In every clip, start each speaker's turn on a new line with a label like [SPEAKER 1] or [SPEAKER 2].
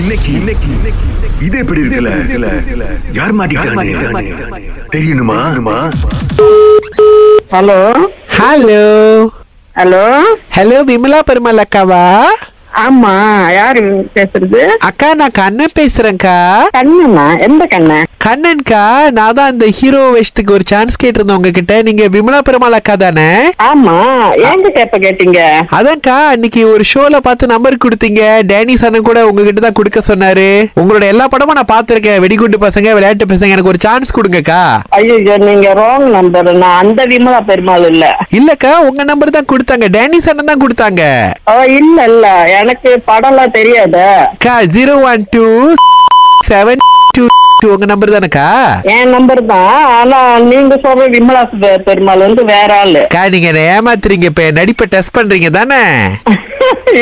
[SPEAKER 1] இன்னைக்கு இன்னைக்கு இது எப்படி இருக்குல்ல யார் மாட்டிக்கிட்டானே தெரியணுமா
[SPEAKER 2] hello
[SPEAKER 3] hello
[SPEAKER 2] hello
[SPEAKER 3] hello Vimala Perumal அக்காவா
[SPEAKER 2] ஆமா யாரு பேசுறது
[SPEAKER 3] அக்கா நான் கண்ணன் பேசுறேன்க்கா
[SPEAKER 2] கண்ணுமா எந்த கண்ணா
[SPEAKER 3] கண்ணன்க்கா நான் தான் இந்த ஹீரோ வேஷத்துக்கு ஒரு சான்ஸ் கேட்டிருந்தேன் உங்ககிட்ட நீங்க விமலா பெருமாள் அக்கா தானே
[SPEAKER 2] ஆமா ஏங்க கேப்ப கேட்டீங்க
[SPEAKER 3] அதான்க்கா அன்னைக்கு ஒரு ஷோல பார்த்து நம்பர் கொடுத்தீங்க டேனி சனன் கூட உங்ககிட்ட தான் கொடுக்க சொன்னாரு உங்களோட எல்லா படமும் நான் பார்த்திருக்கேன் வெடிகுண்டு பசங்க விளையாட்டு பசங்க எனக்கு ஒரு சான்ஸ் கொடுங்கக்கா
[SPEAKER 2] ஐயோ நீங்க ராங் நம்பர் நான் அந்த விமலா பெருமாள் இல்ல
[SPEAKER 3] இல்லக்கா உங்க நம்பர் தான் கொடுத்தாங்க டேனி சனன் தான் கொடுத்தாங்க
[SPEAKER 2] ஓ இல்ல இல்ல எனக்கு படம்லாம் தெரியாது
[SPEAKER 3] அக்கா zero one two seven two உங்க நம்பர் தானேக்கா
[SPEAKER 2] என் நம்பர் தான் ஆனா நீங்க சொல்ற விமலா பெ- பெருமாள் வந்து வேற ஆளு
[SPEAKER 3] அக்கா நீங்க என்ன ஏமாத்துறீங்க இப்ப என் நடிப்பை டெஸ்ட் பண்றீங்க தானே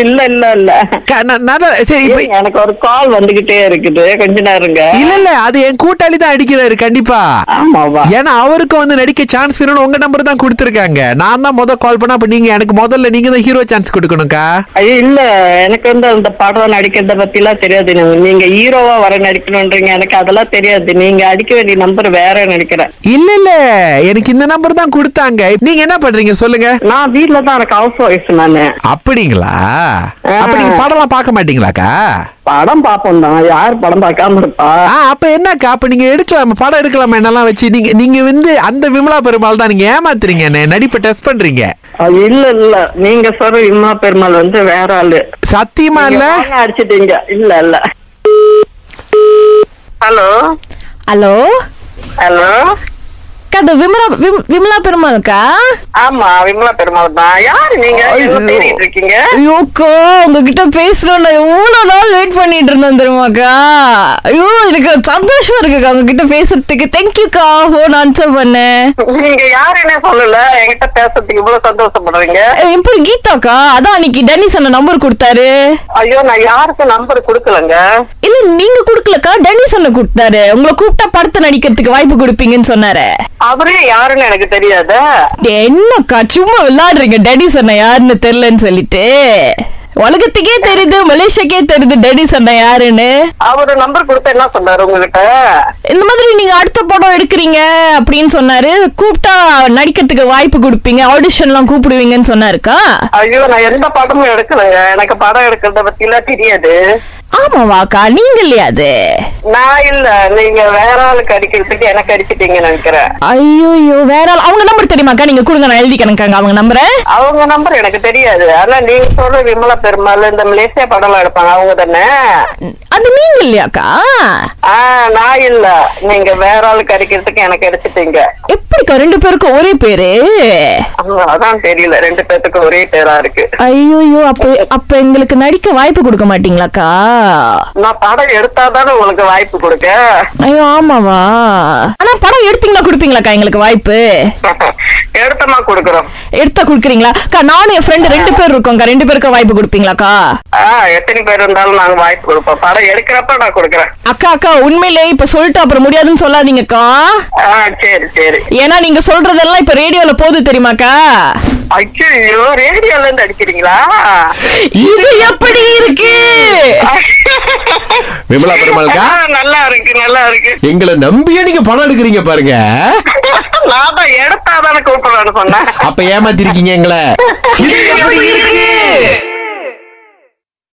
[SPEAKER 2] இல்ல இல்ல இல்ல
[SPEAKER 3] அக்கா, நான்- நான் தான்- சரி இப்ப
[SPEAKER 2] எனக்கு ஒரு கால் வந்துகிட்டே இருக்குது கொஞ்ச நேரங்க
[SPEAKER 3] இல்ல இல்ல அது என் கூட்டாளி தான் அடிக்கிறாரு கண்டிப்பா
[SPEAKER 2] ஆமாவா
[SPEAKER 3] ஏன்னா அவருக்கும் வந்து நடிக்க சான்ஸ் வேணும்னு உங்க நம்பர் தான் கொடுத்துருக்காங்க நான் தான் முத கால் பண்ணா அப்ப நீங்க எனக்கு முதல்ல நீங்க தான் ஹீரோ சான்ஸ் கொடுக்கணும்க்கா
[SPEAKER 2] ஐயோ இல்ல எனக்கு வந்து அந்த படம் நடிக்கிறத பத்தி எல்லாம் தெரியாது நீங்க- நீங்க ஹீரோவா வர நடிக்கணும்ன்றீங்க எனக்கு அதெல்லாம் தெரியாது நீங்க அடிக்க வேண்டிய நம்பர் வேற நினைக்கிறேன்
[SPEAKER 3] இல்ல இல்ல எனக்கு இந்த நம்பர் தான் கொடுத்தாங்க நீங்க என்ன பண்றீங்க சொல்லுங்க
[SPEAKER 2] நான் வீட்ல தான் எனக்கு ஹவுஸ் ஒய்ஃப் நானு
[SPEAKER 3] அப்படிங்களா அப்ப நீங்க படம்லாம் பார்க்க மாட்டீங்களாக்கா
[SPEAKER 2] படம் பாப்போம் தான் யார் படம் பார்க்காம இருப்பா
[SPEAKER 3] ஆ அப்ப என்னக்கா அப்ப நீங்க எடுக்கலாம் படம் எடுக்கலாம் என்னெல்லாம் வச்சு நீங்க நீங்க வந்து அந்த விமலா பெருமாள் தான் நீங்க ஏமாத்துறீங்க என்னை, நடிப்பை டெஸ்ட் பண்றீங்க
[SPEAKER 2] ஐயோ, இல்ல இல்ல நீங்க சொல்ற இம்மா பெருமாள் வந்து வேற ஆளு
[SPEAKER 3] சத்தியமா
[SPEAKER 2] நீங்க
[SPEAKER 3] இல்ல
[SPEAKER 2] wrong அடிச்சிட்டீங்க இல்ல இல்ல ஹலோ
[SPEAKER 4] ஹலோ
[SPEAKER 2] ஹலோ
[SPEAKER 4] அக்கா இது விமலா விம்- விமலா பெருமாளுக்கா
[SPEAKER 2] ஆமா விமலா பெருமாள் தான் யாரு நீங்க என்ன தேடிட்டு இருக்கீங்க
[SPEAKER 4] ஐயோக்கா உங்ககிட்ட பேசணும் நான் எவ்வளவு நாள் வெயிட் பண்ணிட்டு இருந்தேன் தெரியுமாக்கா ஐயோ எனக்கு சந்தோஷமா இருக்குக்கா உங்ககிட்ட பேசுறதுக்கு தேங்க்யூக்கா ஃபோன் ஆன்சர் பண்ணேன்
[SPEAKER 2] நீங்க யாருன்னே சொல்லல என்கிட்ட பேசுறதுக்கு இவ்வளவு சந்தோஷப்படுறீங்க
[SPEAKER 4] அஹ் என் பேர் கீதாக்கா அதான் அன்னைக்கு டேனி சொன்ன நம்பர் கொடுத்தாரு
[SPEAKER 2] ஐயோ நான் யாருக்கும் நம்பர் கொடுக்கலங்க
[SPEAKER 4] இல்ல நீங்க கொடுக்கலக்கா டேனி சொன்ன கொடுத்தாரு உங்களை கூப்பிட்டா படத்தை நடிக்கிறதுக்கு வாய்ப்பு கொடுப்பீங்கன்னு சொன்னாரு
[SPEAKER 2] அவரே யாருன்னு எனக்கு தெரியாத
[SPEAKER 4] என்னக்கா சும்மா விளையாடுறீங்க டேடி சன்ன யாருன்னு தெரியலன்னு சொல்லிட்டு உலகத்துக்கே தெரியுது மலேசியாக்கே தெரியுது டேடி சன்ன யாருன்னு
[SPEAKER 2] அவரு நம்பர் கொடுத்த என்ன சொன்னாரு உங்ககிட்ட
[SPEAKER 4] இந்த மாதிரி நீங்க அடுத்த படம் எடுக்கிறீங்க அப்படின்னு சொன்னாரு கூப்பிட்டா நடிக்கிறதுக்கு வாய்ப்பு கொடுப்பீங்க ஆடிஷன்லாம் கூப்பிடுவீங்கன்னு சொன்னாருக்கா
[SPEAKER 2] ஐயோ நான் எந்த படமும் எடுக்கலங்க எனக்கு படம் எடுக்கிறத பத்தி எல்லாம் தெரியாது
[SPEAKER 4] ஆமாவாக்கா நீங்க இல்லையா அது
[SPEAKER 2] நான் இல்ல நீங்க வேற ஆளுக்கு அடிக்கிறதுக்கு எனக்கு அடிச்சிட்டீங்கன்னு நினைக்கிறேன்
[SPEAKER 4] ஐயோ வேற ஆள் அவங்க நம்பர் தெரியுமாக்கா நீங்க கொடுங்க நான் எழுதி கணக்காங்க அவங்க நம்பரை
[SPEAKER 2] அவங்க நம்பர் எனக்கு தெரியாது ஆனா நீங்க சொல்ற விமலா பெருமாள் இந்த மலேசியா படம் எல்லாம் எடுப்பாங்க அவங்க தானே
[SPEAKER 4] அது நீங்க இல்லையாக்கா
[SPEAKER 2] ஆஹ் நான் இல்ல நீங்க வேற ஆளுக்கு அடிக்கிறதுக்கு எனக்கு அடிச்சிட்டீங்க
[SPEAKER 4] எப்படிக்கா ரெண்டு பேருக்கும் ஒரே பேரு
[SPEAKER 2] அதான், அதான் தெரியல ரெண்டு பேத்துக்கும் ஒரே பேரா இருக்கு
[SPEAKER 4] ஐயோயோ அப்ப அப்ப எங்களுக்கு நடிக்க வாய்ப்பு கொடுக்க மாட்டீங்களாக்கா
[SPEAKER 2] நான் படம் எடுத்தாதானே உங்களுக்கு வாய்ப்பு கொடுக்க
[SPEAKER 4] ஐயோ ஆமாவா ஆனா படம் எடுத்தீங்களா கொடுப்பீங்களாக்கா எங்களுக்கு வாய்ப்பு
[SPEAKER 2] எடுத்தமா கொடுக்குறோம்
[SPEAKER 4] எடுத்தா கொடுக்குறீங்களா அக்கா நானும் என் ஃப்ரெண்டு ரெண்டு பேர் இருக்கோம்க்கா ரெண்டு பேருக்கு வாய்ப்பு கொடுப்பீங்களாக்கா
[SPEAKER 2] ஆஹ் எத்தனை பேர் இருந்தாலும் நாங்க வாய்ப்பு கொடுப்போம் படம் எடுக்கிறப்ப நான் கொடுக்குறேன்
[SPEAKER 4] அக்கா அக்கா உண்மையிலே இப்ப சொல்லிட்டு அப்புறம் முடியாதுன்னு சொல்லாதீங்கக்கா
[SPEAKER 2] ஆஹ் சரி சரி
[SPEAKER 4] ஏன்னா நீங்க சொல்றதெல்லாம் இப்ப ரேடியோல போகுது தெரியுமாக்கா
[SPEAKER 2] ஐயோ ரேடியோல இருந்து அடிக்கிறீங்களா
[SPEAKER 4] இது எப்படி இருக்கு
[SPEAKER 5] விமலா பெருமாளுக்கா
[SPEAKER 2] ஆ, நல்லா இருக்கு நல்லா இருக்கு
[SPEAKER 5] எங்களை நம்பியே நீங்க பணம் எடுக்கிறீங்க பாருங்க
[SPEAKER 2] நான் தான் எடுத்தாதானே கூப்பிடுறேன்னு சொன்னேன்
[SPEAKER 5] அப்ப ஏமாத்திருக்கீங்க எங்களை
[SPEAKER 4] இது எப்படி இருக்கு